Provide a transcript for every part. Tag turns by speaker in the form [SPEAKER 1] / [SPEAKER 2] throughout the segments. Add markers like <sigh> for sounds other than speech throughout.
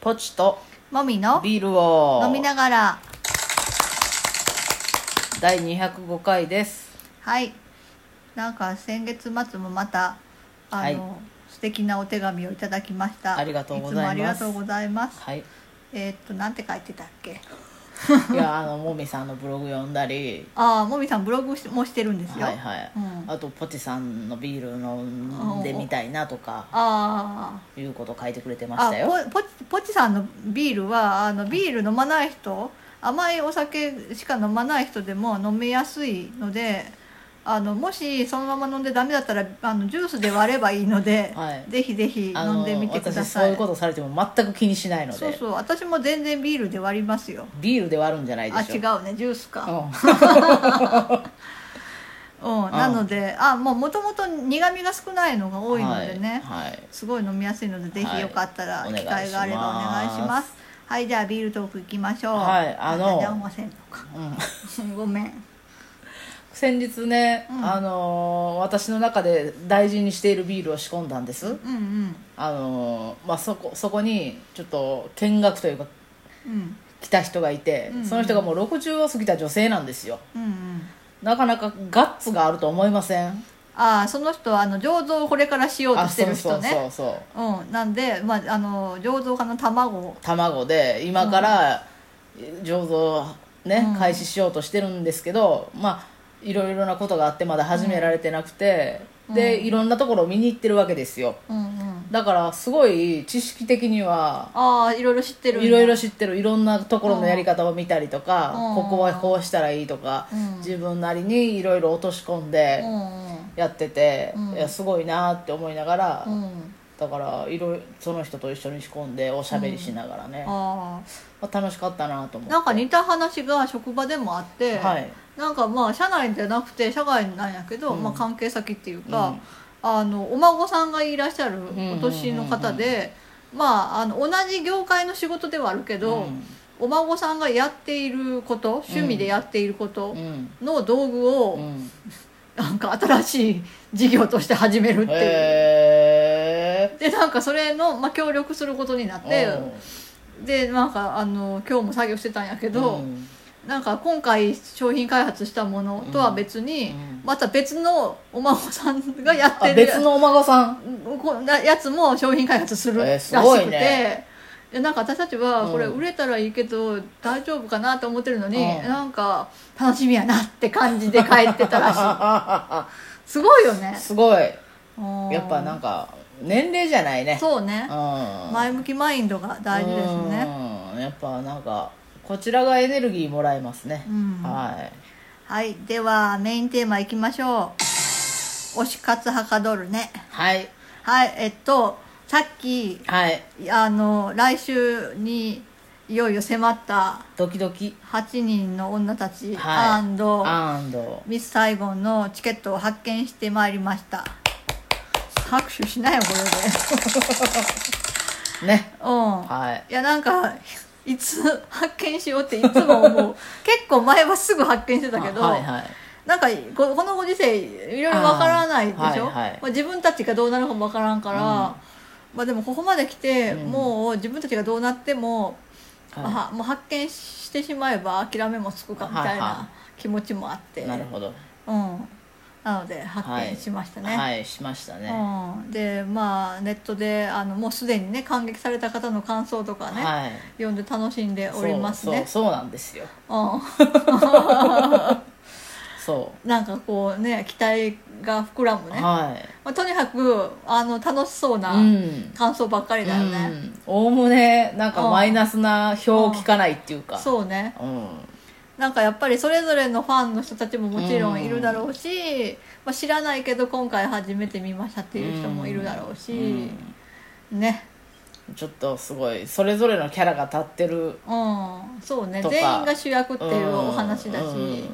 [SPEAKER 1] ポチと
[SPEAKER 2] もみの
[SPEAKER 1] ビールを
[SPEAKER 2] 飲みながら
[SPEAKER 1] 第205回です
[SPEAKER 2] はいなんか先月末もまたあの、素敵なお手紙をいただきました
[SPEAKER 1] ありがとうございます
[SPEAKER 2] つもありがとうございます <laughs>
[SPEAKER 1] はい
[SPEAKER 2] えーっとなんて書いてたっけ
[SPEAKER 1] いやあのもみさんのブログ読んだり
[SPEAKER 2] ああもみさんブログしもしてるんですよ、
[SPEAKER 1] はいはい、
[SPEAKER 2] うん
[SPEAKER 1] あとポチさんのビール飲んでみたいなとか
[SPEAKER 2] あー
[SPEAKER 1] いうこと書いてくれてまし
[SPEAKER 2] あ
[SPEAKER 1] たよ
[SPEAKER 2] ポポチポチさんのビールはあのビール飲まない人甘いお酒しか飲まない人でも飲めやすいのであのもしそのまま飲んでダメだったらあのジュースで割ればいいので、
[SPEAKER 1] はい
[SPEAKER 2] ぜひぜひ
[SPEAKER 1] あ
[SPEAKER 2] 飲ん
[SPEAKER 1] の
[SPEAKER 2] でみてくだ
[SPEAKER 1] 私
[SPEAKER 2] さ
[SPEAKER 1] そう
[SPEAKER 2] い
[SPEAKER 1] いうことされても全く気にしないので
[SPEAKER 2] そうそう私も全然ビールで割りますよ
[SPEAKER 1] ビールで割るんじゃないで
[SPEAKER 2] あ
[SPEAKER 1] しょ
[SPEAKER 2] 違うねジュースか
[SPEAKER 1] うん
[SPEAKER 2] うん、なのであもうもともと苦みが少ないのが多いのでね、
[SPEAKER 1] はいはい
[SPEAKER 2] すごい飲みやすいのでぜ
[SPEAKER 1] は
[SPEAKER 2] ひ
[SPEAKER 1] い
[SPEAKER 2] よかったら
[SPEAKER 1] お願い
[SPEAKER 2] 機会があればお願いし
[SPEAKER 1] し
[SPEAKER 2] ま
[SPEAKER 1] ますす
[SPEAKER 2] はいじゃあビールトークいきましょう
[SPEAKER 1] はいあの
[SPEAKER 2] まだ談話せんのか <laughs>
[SPEAKER 1] うん
[SPEAKER 2] ごめん
[SPEAKER 1] 先日ね、
[SPEAKER 2] うん
[SPEAKER 1] あのー私の中で大事にしているビールを仕込んだんです
[SPEAKER 2] うんうん
[SPEAKER 1] あのーまあそこそこにちょっと見学というか
[SPEAKER 2] うん
[SPEAKER 1] 来た人がいて、
[SPEAKER 2] うんうん
[SPEAKER 1] その人がもう60を過ぎた女性なんですよ
[SPEAKER 2] うんうん
[SPEAKER 1] なかなかガッツがあると思いません
[SPEAKER 2] ああその人はあの醸造をこれからしようと
[SPEAKER 1] あ
[SPEAKER 2] して
[SPEAKER 1] そ
[SPEAKER 2] る
[SPEAKER 1] うそ
[SPEAKER 2] 人
[SPEAKER 1] う
[SPEAKER 2] ね
[SPEAKER 1] そうそう
[SPEAKER 2] うんなんで、まあ、あの醸造家の卵を
[SPEAKER 1] 卵で今から醸造ね、
[SPEAKER 2] うん
[SPEAKER 1] 開始しようとしてるんですけどまあいろいろなことがあってまだ始められてなくて、
[SPEAKER 2] うん
[SPEAKER 1] で
[SPEAKER 2] うん
[SPEAKER 1] いろんなところを見に行ってるわけですよ
[SPEAKER 2] うんうん
[SPEAKER 1] だからすごい知識的には
[SPEAKER 2] ああいろいろ知ってるんだ
[SPEAKER 1] いろいろ知ってるいろんなところのやり方を見たりとか、
[SPEAKER 2] うん
[SPEAKER 1] ここはこうしたらいいとか、
[SPEAKER 2] うん
[SPEAKER 1] 自分なりにいろいろ落とし込んで
[SPEAKER 2] うん
[SPEAKER 1] やってて、
[SPEAKER 2] うん
[SPEAKER 1] いやすごいなって思いながら、
[SPEAKER 2] うんうん
[SPEAKER 1] だからいろいろその人と一緒に仕込んでおしゃべりしながらね、ま
[SPEAKER 2] ああ
[SPEAKER 1] あ、楽しかったなと思って
[SPEAKER 2] なんか似た話が職場でもあって、
[SPEAKER 1] はい
[SPEAKER 2] なんかまあ社内じゃなくて社外なんやけど、
[SPEAKER 1] うん
[SPEAKER 2] まあ、関係先っていうか、あのお孫さんがいらっしゃるお年の方で、まああの同じ業界の仕事ではあるけど、
[SPEAKER 1] うん
[SPEAKER 2] お孫さんがやっていること趣味でやっていること
[SPEAKER 1] うん
[SPEAKER 2] の道具を、
[SPEAKER 1] うん
[SPEAKER 2] なんか新しい事業として始めるっていう。
[SPEAKER 1] へえ
[SPEAKER 2] でなんかそれの、まあ、協力することになってでなんかあの今日も作業してたんやけど、
[SPEAKER 1] うん
[SPEAKER 2] なんか今回商品開発したものとは別に、
[SPEAKER 1] うん
[SPEAKER 2] また別のお孫さんがやっ
[SPEAKER 1] あ
[SPEAKER 2] てる
[SPEAKER 1] 別のお孫さん
[SPEAKER 2] こなやつも商品開発する
[SPEAKER 1] え
[SPEAKER 2] ら
[SPEAKER 1] ー
[SPEAKER 2] し
[SPEAKER 1] す
[SPEAKER 2] くて、
[SPEAKER 1] ごいね
[SPEAKER 2] でなんか私たちは
[SPEAKER 1] うん
[SPEAKER 2] これ売れたらいいけど大丈夫かなと思ってるのに、
[SPEAKER 1] うん
[SPEAKER 2] なんか楽しみやなって感じで帰ってたらし
[SPEAKER 1] <laughs>
[SPEAKER 2] いすごいよね
[SPEAKER 1] すごい
[SPEAKER 2] うん
[SPEAKER 1] やっぱなんか年齢じゃないね
[SPEAKER 2] そうね
[SPEAKER 1] うん
[SPEAKER 2] 前向きマインドが大事ですね
[SPEAKER 1] うんやっぱなんかこちらがエネルギーもらえますね、
[SPEAKER 2] うん
[SPEAKER 1] はい
[SPEAKER 2] はいではメインテーマいきましょう推し活はかどるね
[SPEAKER 1] はい
[SPEAKER 2] はいえっとさっき
[SPEAKER 1] はい
[SPEAKER 2] あの来週にいよいよ迫った
[SPEAKER 1] ドキドキ
[SPEAKER 2] 8人の女たち、
[SPEAKER 1] はいア
[SPEAKER 2] &
[SPEAKER 1] ンド
[SPEAKER 2] ミス・サイゴンのチケットを発見してまいりました拍手しないよこれで
[SPEAKER 1] ね
[SPEAKER 2] うん、
[SPEAKER 1] はい
[SPEAKER 2] い、やなんかいつ発見しようっていつも思う結構前はすぐ発見してたけど、
[SPEAKER 1] はいはい
[SPEAKER 2] なんかここのご時世いろいろわからないでしょ、
[SPEAKER 1] あーはいはい
[SPEAKER 2] まあ、自分たちがどうなるかもわからんから、まあ、でもここまで来て、
[SPEAKER 1] うん
[SPEAKER 2] もう自分たちがどうなっても,、
[SPEAKER 1] はい
[SPEAKER 2] まあ、もう発見してしまえば諦めもつくかみたい
[SPEAKER 1] はいは
[SPEAKER 2] な気持ちもあって、
[SPEAKER 1] なるほど、
[SPEAKER 2] うん、なので発見しましたね。
[SPEAKER 1] はいしましたね、
[SPEAKER 2] うん、でまあネットであのもうすでにね感激された方の感想とかね、
[SPEAKER 1] はい
[SPEAKER 2] 読んで楽しんでおりますね。
[SPEAKER 1] そうそうそうなんですよ
[SPEAKER 2] うん <laughs>
[SPEAKER 1] そ
[SPEAKER 2] なんかこうね期待が膨らむ
[SPEAKER 1] う、
[SPEAKER 2] ね、
[SPEAKER 1] は
[SPEAKER 2] まあ、とにかくあの楽しそうない
[SPEAKER 1] うん
[SPEAKER 2] 感想ばっかりだよね、
[SPEAKER 1] おおむねなんかマイナスな表を聞かないっていうか
[SPEAKER 2] そうね
[SPEAKER 1] う、ん、
[SPEAKER 2] なんかやっぱりそれぞれのファンの人たちももちろんいるだろうし、まあ、知らないけど今回初めて見ましたっていう人もいるだろうし、ね
[SPEAKER 1] ちょっとすごいそれぞれのキャラが立ってる
[SPEAKER 2] うんそうね
[SPEAKER 1] とか
[SPEAKER 2] 全員が主役っていうお話だし、
[SPEAKER 1] うん
[SPEAKER 2] うん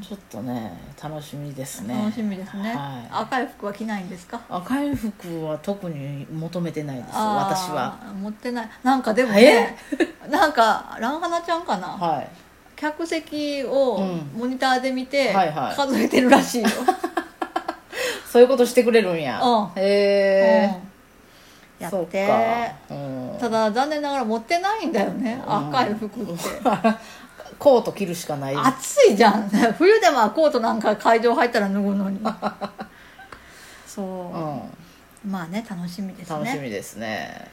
[SPEAKER 1] ちょっとね楽しみですね
[SPEAKER 2] 楽しみですね、
[SPEAKER 1] はい
[SPEAKER 2] 赤い服は着ないんですか
[SPEAKER 1] 赤い服は特に求めてないです
[SPEAKER 2] あー
[SPEAKER 1] 私は
[SPEAKER 2] 持ってないなんかでもねなんか蘭花ちゃんかな、
[SPEAKER 1] はい
[SPEAKER 2] 客席を
[SPEAKER 1] うん
[SPEAKER 2] モニターで見て、
[SPEAKER 1] はいはい
[SPEAKER 2] 数えてるらしいよ、
[SPEAKER 1] そういうことしてくれるんや
[SPEAKER 2] うん
[SPEAKER 1] <laughs> へえ
[SPEAKER 2] うんや
[SPEAKER 1] そ
[SPEAKER 2] っ
[SPEAKER 1] う
[SPEAKER 2] て
[SPEAKER 1] か、うん、
[SPEAKER 2] ただ残念ながら持ってないんだよね赤い服って
[SPEAKER 1] <laughs> コート着るしかない
[SPEAKER 2] 暑いじゃん <laughs> 冬でもコートなんか会場入ったら脱ぐのに
[SPEAKER 1] う
[SPEAKER 2] そ
[SPEAKER 1] ん
[SPEAKER 2] うまあね楽しみです
[SPEAKER 1] 楽し
[SPEAKER 2] ね
[SPEAKER 1] みですね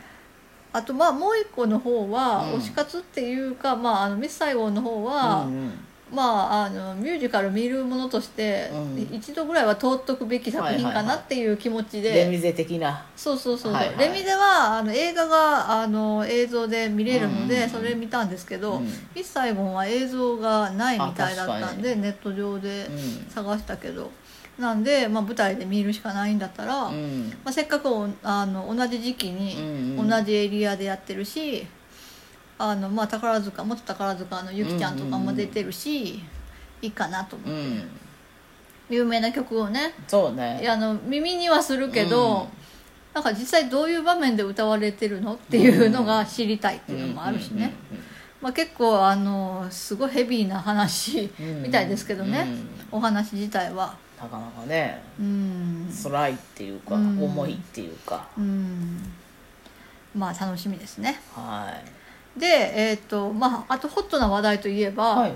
[SPEAKER 2] あとまあもう一個の方は
[SPEAKER 1] うん
[SPEAKER 2] 推し活っていうか、まあ、あのミス・サイゴンの方は、
[SPEAKER 1] うんうん
[SPEAKER 2] まあ、あのミュージカル見るものとして、
[SPEAKER 1] うん
[SPEAKER 2] 一度ぐらいは通っとくべき作品かなっていう気持ちで、
[SPEAKER 1] レミゼ的な
[SPEAKER 2] そうそうそう、
[SPEAKER 1] はいはい
[SPEAKER 2] レミではあの映画があの映像で見れるので、
[SPEAKER 1] うんうんうん
[SPEAKER 2] それ見たんですけ
[SPEAKER 1] う
[SPEAKER 2] ど、
[SPEAKER 1] ん
[SPEAKER 2] ミス・サイゴンは映像がないみたいだったん
[SPEAKER 1] あ確か
[SPEAKER 2] でネット上で
[SPEAKER 1] う
[SPEAKER 2] 探したけど、なんで、まあ、舞台で見るしかないんだった
[SPEAKER 1] ん
[SPEAKER 2] ら、
[SPEAKER 1] う
[SPEAKER 2] ま
[SPEAKER 1] ん
[SPEAKER 2] あ、せっかくおあの同じ時期に
[SPEAKER 1] う
[SPEAKER 2] 同
[SPEAKER 1] ん
[SPEAKER 2] じエリアでやってるし、あのまあ、宝塚元宝塚のゆきちゃんとかも出てるし、いいかなと思う、
[SPEAKER 1] うん
[SPEAKER 2] 有名な曲をね
[SPEAKER 1] そうね
[SPEAKER 2] いやあの耳にはするけど、
[SPEAKER 1] うん
[SPEAKER 2] なんか実際どういう場面で歌われてるのっていうのが知りたいっていうのもあるしね、
[SPEAKER 1] うんうんうん
[SPEAKER 2] まあ、結構あのすごいヘビーな話
[SPEAKER 1] うん
[SPEAKER 2] みたいですけどね、お話自体は
[SPEAKER 1] なかなかね
[SPEAKER 2] うん、
[SPEAKER 1] 辛いっていうか
[SPEAKER 2] うん
[SPEAKER 1] 重いっていうか
[SPEAKER 2] うん、まあ楽しみですね
[SPEAKER 1] はい
[SPEAKER 2] でえっ、とまああとホットな話題といえば、
[SPEAKER 1] はい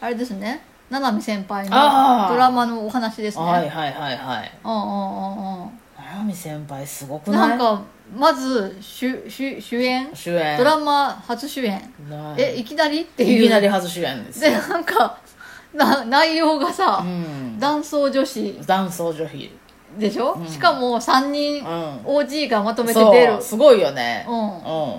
[SPEAKER 2] あれですね七海先輩の
[SPEAKER 1] あー
[SPEAKER 2] ドラマのお話ですね、
[SPEAKER 1] はいはいはいはい
[SPEAKER 2] うんうんうんうん
[SPEAKER 1] 七海先輩すごくない
[SPEAKER 2] なんかまず主主主演
[SPEAKER 1] 主演
[SPEAKER 2] ドラマ初主演
[SPEAKER 1] ない
[SPEAKER 2] えいきなりっていう
[SPEAKER 1] いきなり初主演です
[SPEAKER 2] で
[SPEAKER 1] よ
[SPEAKER 2] なんかな内容がさ
[SPEAKER 1] う、ん
[SPEAKER 2] 男装女子
[SPEAKER 1] 男装女卑
[SPEAKER 2] でしょ、
[SPEAKER 1] うん
[SPEAKER 2] しかも3人
[SPEAKER 1] うん
[SPEAKER 2] OG がまとめて出る
[SPEAKER 1] そうすごいよね
[SPEAKER 2] うん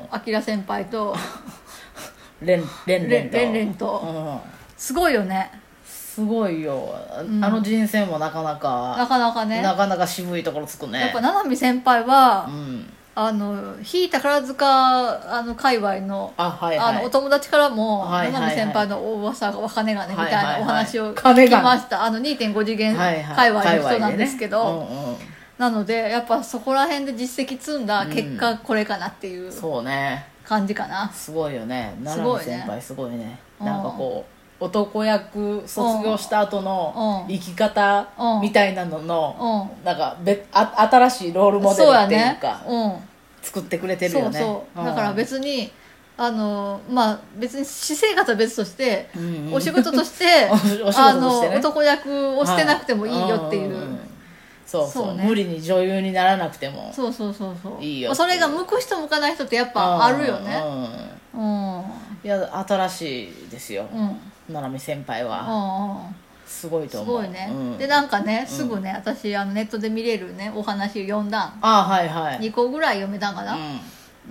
[SPEAKER 1] う
[SPEAKER 2] あきら先輩と
[SPEAKER 1] んレンレンレ
[SPEAKER 2] レ
[SPEAKER 1] ン
[SPEAKER 2] ン
[SPEAKER 1] と
[SPEAKER 2] レンレンと
[SPEAKER 1] うん
[SPEAKER 2] すごいよね
[SPEAKER 1] すごいよああ
[SPEAKER 2] うん
[SPEAKER 1] の人選もなかな
[SPEAKER 2] な
[SPEAKER 1] か
[SPEAKER 2] かなかね
[SPEAKER 1] なかなか渋いところつくね
[SPEAKER 2] やっぱ七海先輩は、
[SPEAKER 1] うん
[SPEAKER 2] あの非宝塚あの界隈の,、
[SPEAKER 1] あはいはい
[SPEAKER 2] あのお友達からも、
[SPEAKER 1] はいはいはい
[SPEAKER 2] 七海先輩の大噂が金がねみたい
[SPEAKER 1] はいはいは
[SPEAKER 2] ないお話を
[SPEAKER 1] 金
[SPEAKER 2] 聞き
[SPEAKER 1] がね
[SPEAKER 2] ました、あの2.5次元
[SPEAKER 1] はい
[SPEAKER 2] 界
[SPEAKER 1] はい
[SPEAKER 2] 隈の人なんですけど、
[SPEAKER 1] 界隈でねうんうん
[SPEAKER 2] なのでやっぱそこら辺で実績積んだ結
[SPEAKER 1] う
[SPEAKER 2] 果これかなっていう
[SPEAKER 1] そうね
[SPEAKER 2] 感じかな、
[SPEAKER 1] すごいよね奈
[SPEAKER 2] す
[SPEAKER 1] 良
[SPEAKER 2] ごいね
[SPEAKER 1] の先輩すごいね
[SPEAKER 2] うん
[SPEAKER 1] なんかこう男役卒業した後の
[SPEAKER 2] うん
[SPEAKER 1] 生き方
[SPEAKER 2] うん
[SPEAKER 1] みたいなのの、
[SPEAKER 2] う
[SPEAKER 1] なんか別あ新しいロールモデル
[SPEAKER 2] そうや
[SPEAKER 1] ってい
[SPEAKER 2] ね
[SPEAKER 1] うか作ってくれ
[SPEAKER 2] う
[SPEAKER 1] て
[SPEAKER 2] ん
[SPEAKER 1] るよ
[SPEAKER 2] そう
[SPEAKER 1] ね
[SPEAKER 2] そう、
[SPEAKER 1] ん
[SPEAKER 2] だから別にあのまあ別に私生活は別として、
[SPEAKER 1] うんうん
[SPEAKER 2] お仕事として
[SPEAKER 1] <laughs> お仕事としてね
[SPEAKER 2] あの男役をしてなくてもいいよっていう、
[SPEAKER 1] はんんんそうそう
[SPEAKER 2] そうね
[SPEAKER 1] 無理に女優にならなくても
[SPEAKER 2] そうそうそうそう
[SPEAKER 1] いいよ
[SPEAKER 2] まあそれが向く人向かない人ってやっぱあるよね
[SPEAKER 1] うんうん
[SPEAKER 2] うんうん
[SPEAKER 1] いや新しいですよ
[SPEAKER 2] うんうん
[SPEAKER 1] 七海先輩は
[SPEAKER 2] うん
[SPEAKER 1] すごいと
[SPEAKER 2] す
[SPEAKER 1] 思う
[SPEAKER 2] ごいね、
[SPEAKER 1] うん
[SPEAKER 2] でなんかねすぐね私あのネットで見れるねお話読んだん
[SPEAKER 1] あはいはい
[SPEAKER 2] 2個ぐらい読めたんかな、
[SPEAKER 1] うん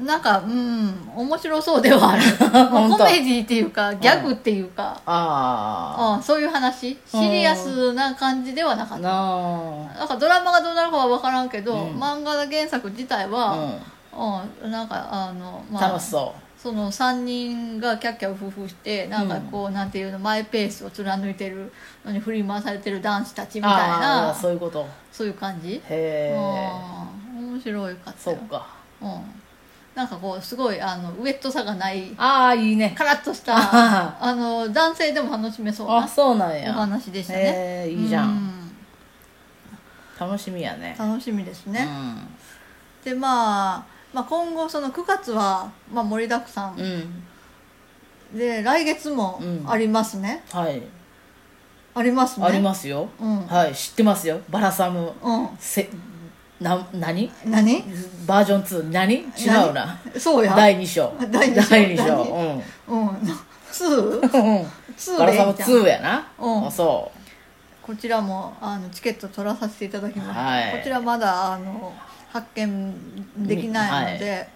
[SPEAKER 2] なんかうん面白そうで
[SPEAKER 1] <laughs>
[SPEAKER 2] はある
[SPEAKER 1] 本当
[SPEAKER 2] コメディっていうかギャグっていうか、
[SPEAKER 1] あ
[SPEAKER 2] うんそういう話シリアスな感じではなか
[SPEAKER 1] あ
[SPEAKER 2] った、
[SPEAKER 1] なあ
[SPEAKER 2] なんかドラマがどうなるかは分からんけど、
[SPEAKER 1] うん
[SPEAKER 2] 漫画の原作自体は、うんなんかあの、
[SPEAKER 1] うん、
[SPEAKER 2] まあ
[SPEAKER 1] 楽しそ
[SPEAKER 2] その3人がキャッキャウフフしてなんかこう、なんていうのマイペースを貫いてるのに振り回されてる男子たち
[SPEAKER 1] う
[SPEAKER 2] みたい
[SPEAKER 1] あ
[SPEAKER 2] な
[SPEAKER 1] あ
[SPEAKER 2] そ
[SPEAKER 1] そうういうこと
[SPEAKER 2] いう感じ、
[SPEAKER 1] へえ
[SPEAKER 2] うん面白いかった
[SPEAKER 1] そ
[SPEAKER 2] よ
[SPEAKER 1] うか
[SPEAKER 2] うん、なんかこうすごいあのウエットさがない
[SPEAKER 1] <laughs> ああいいね
[SPEAKER 2] カラッとした
[SPEAKER 1] あ
[SPEAKER 2] あの男性でも楽しめそう
[SPEAKER 1] あ
[SPEAKER 2] な
[SPEAKER 1] そうなん
[SPEAKER 2] お
[SPEAKER 1] や
[SPEAKER 2] 話でしたね
[SPEAKER 1] へえいいじゃ
[SPEAKER 2] うんん
[SPEAKER 1] 楽しみやね
[SPEAKER 2] 楽しみです
[SPEAKER 1] う
[SPEAKER 2] ね、
[SPEAKER 1] ん
[SPEAKER 2] でまあまあ、今後その9月は、まあ、盛りだくさん、
[SPEAKER 1] うん
[SPEAKER 2] で来月も
[SPEAKER 1] うん
[SPEAKER 2] ありますね、
[SPEAKER 1] はい
[SPEAKER 2] ありますね
[SPEAKER 1] ありますよ
[SPEAKER 2] うん、
[SPEAKER 1] はい知ってますよバラサム
[SPEAKER 2] うん、
[SPEAKER 1] せな何
[SPEAKER 2] 何
[SPEAKER 1] バージョン2何違うな
[SPEAKER 2] そうや
[SPEAKER 1] 第2章
[SPEAKER 2] 第二章
[SPEAKER 1] 二章うん
[SPEAKER 2] うん2
[SPEAKER 1] うん
[SPEAKER 2] 2
[SPEAKER 1] バラ
[SPEAKER 2] でい
[SPEAKER 1] サム
[SPEAKER 2] いじゃん
[SPEAKER 1] 2やな
[SPEAKER 2] うん
[SPEAKER 1] あそ
[SPEAKER 2] こちらもあのチケット取らさせていただきました、
[SPEAKER 1] はい
[SPEAKER 2] こちらまだあの発見できないので、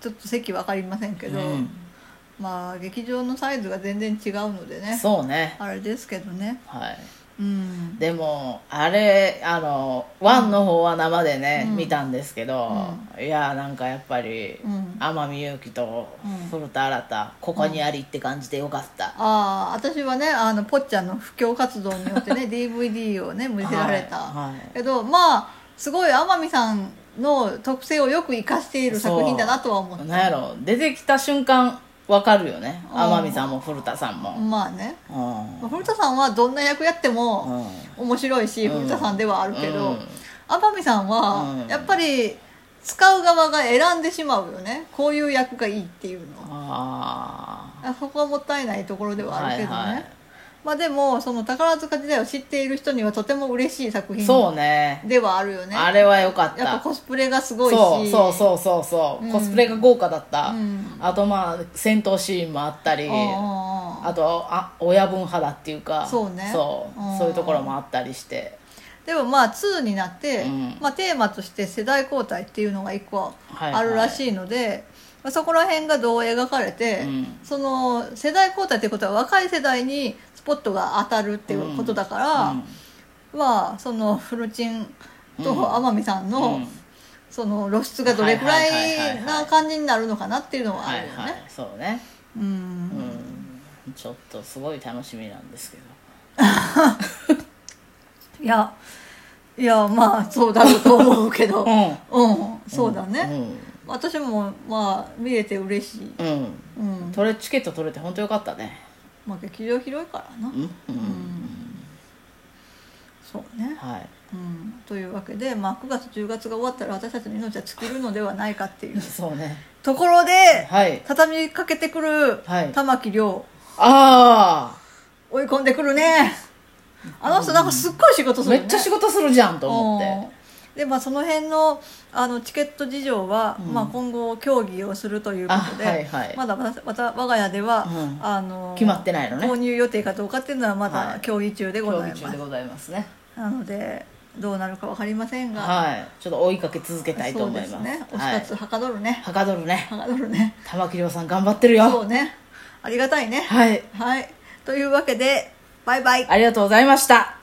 [SPEAKER 2] ちょっと席分かりませんけ
[SPEAKER 1] う
[SPEAKER 2] ど、
[SPEAKER 1] うん
[SPEAKER 2] まあ劇場のサイズが全然違うのでね
[SPEAKER 1] そうね
[SPEAKER 2] あれですけどね
[SPEAKER 1] はい
[SPEAKER 2] うん
[SPEAKER 1] でもあれあのワンの方は生でね、
[SPEAKER 2] うん
[SPEAKER 1] 見たんですけど、いやなんかやっぱり、
[SPEAKER 2] うん
[SPEAKER 1] 天海祐希と
[SPEAKER 2] うん
[SPEAKER 1] 古田新太ここにありって感じでよかった、
[SPEAKER 2] ああ私はねあのぽっちゃんの布教活動によってね
[SPEAKER 1] <laughs>
[SPEAKER 2] DVD をね見せられた、
[SPEAKER 1] はいはい
[SPEAKER 2] けどまあすごい天海さんの特性をよく生かしている作品だなとは思っ
[SPEAKER 1] なんやろ出てきた瞬間わかるよね天海さんも古田さん
[SPEAKER 2] た
[SPEAKER 1] も、
[SPEAKER 2] まあね
[SPEAKER 1] うん
[SPEAKER 2] 古田さんはどんな役やっても
[SPEAKER 1] うん
[SPEAKER 2] 面白いし、
[SPEAKER 1] うん
[SPEAKER 2] 古田さんではあるけど、
[SPEAKER 1] うん
[SPEAKER 2] 天海さ
[SPEAKER 1] う
[SPEAKER 2] んは
[SPEAKER 1] ん
[SPEAKER 2] やっぱり使う側が選んでしまうよねこういう役がいいっていうのは
[SPEAKER 1] あ
[SPEAKER 2] あそこはもったいないところで
[SPEAKER 1] あ
[SPEAKER 2] はあるけどね、
[SPEAKER 1] はいは
[SPEAKER 2] まあでもその宝塚時代を知っている人にはとても嬉しい作
[SPEAKER 1] い、
[SPEAKER 2] 品
[SPEAKER 1] そうね
[SPEAKER 2] ではあるよね
[SPEAKER 1] あれは良かった
[SPEAKER 2] やっぱコスプレがすごいし
[SPEAKER 1] そうそうそうそうそう、
[SPEAKER 2] うん
[SPEAKER 1] コスプレが豪華だった、
[SPEAKER 2] うん
[SPEAKER 1] あとまあ戦闘シーンもあったり、
[SPEAKER 2] うんうんうん
[SPEAKER 1] あとあ親分派だっていうか
[SPEAKER 2] そうね
[SPEAKER 1] そう
[SPEAKER 2] うん
[SPEAKER 1] そういうところもあったりして
[SPEAKER 2] でもまあ2になって、
[SPEAKER 1] うん
[SPEAKER 2] まあ、テーマとして世代交代っていうのが一個
[SPEAKER 1] はいはい
[SPEAKER 2] あるらしいので、まあそこら辺がどう描かれて、
[SPEAKER 1] うん
[SPEAKER 2] その世代交代ってことは若い世代にスポットが当たるっていうことだから、
[SPEAKER 1] うん
[SPEAKER 2] まあそのフルチンと天海さんの、
[SPEAKER 1] うん
[SPEAKER 2] その露出がどれくら
[SPEAKER 1] はいはいはいはい
[SPEAKER 2] い
[SPEAKER 1] はい
[SPEAKER 2] な感じになるのかなっていうのはあ
[SPEAKER 1] は
[SPEAKER 2] るよ
[SPEAKER 1] い
[SPEAKER 2] ね。
[SPEAKER 1] はいそうね
[SPEAKER 2] う
[SPEAKER 1] う
[SPEAKER 2] ん
[SPEAKER 1] んちょっとすごい楽しみなんですけど
[SPEAKER 2] いやいやまあそうだろうと思うけど、
[SPEAKER 1] うん
[SPEAKER 2] うん、そうだね。
[SPEAKER 1] う
[SPEAKER 2] 私もまあ見れて嬉しい、
[SPEAKER 1] ん、うん
[SPEAKER 2] うん
[SPEAKER 1] 取れチケット取れて本当よかったね
[SPEAKER 2] まあ、劇場広いからな、
[SPEAKER 1] うん、うん、
[SPEAKER 2] そうね、
[SPEAKER 1] はい
[SPEAKER 2] うん、というわけで、まあ、9月10月が終わったら私たちの命は尽きるのではないかってい
[SPEAKER 1] <laughs>
[SPEAKER 2] う
[SPEAKER 1] そうね
[SPEAKER 2] ところで
[SPEAKER 1] はい
[SPEAKER 2] 畳みかけてくる
[SPEAKER 1] はい
[SPEAKER 2] 玉木亮
[SPEAKER 1] あ
[SPEAKER 2] 追い込んでくるねあの人なんかすっごい仕事
[SPEAKER 1] あ
[SPEAKER 2] する
[SPEAKER 1] め
[SPEAKER 2] よね
[SPEAKER 1] っちゃ仕事するじゃんと思って
[SPEAKER 2] うんでまあ、その辺のあのチケット事情は、
[SPEAKER 1] うん
[SPEAKER 2] まあ、今後協議をするということで、
[SPEAKER 1] あはいはい
[SPEAKER 2] まだまたまた我が家では、
[SPEAKER 1] うん
[SPEAKER 2] あの
[SPEAKER 1] 決まってないのね
[SPEAKER 2] 購入予定かどうかっていうのはま
[SPEAKER 1] は
[SPEAKER 2] だ
[SPEAKER 1] い
[SPEAKER 2] 協議中でご
[SPEAKER 1] 競
[SPEAKER 2] ざ
[SPEAKER 1] 技
[SPEAKER 2] います、
[SPEAKER 1] 中でございますね
[SPEAKER 2] なのでどうなるか分かりませんが、
[SPEAKER 1] はいちょっと追いかけ続けたいと
[SPEAKER 2] そう
[SPEAKER 1] 思い
[SPEAKER 2] で
[SPEAKER 1] ます
[SPEAKER 2] すねお
[SPEAKER 1] は
[SPEAKER 2] 一
[SPEAKER 1] い
[SPEAKER 2] つはかどるね、
[SPEAKER 1] はかどるね
[SPEAKER 2] はかどるね
[SPEAKER 1] 玉木亮さん頑張ってる
[SPEAKER 2] そ
[SPEAKER 1] よ
[SPEAKER 2] うねありがたいね
[SPEAKER 1] はい
[SPEAKER 2] はい、というわけでバイバイ
[SPEAKER 1] ありがとうございました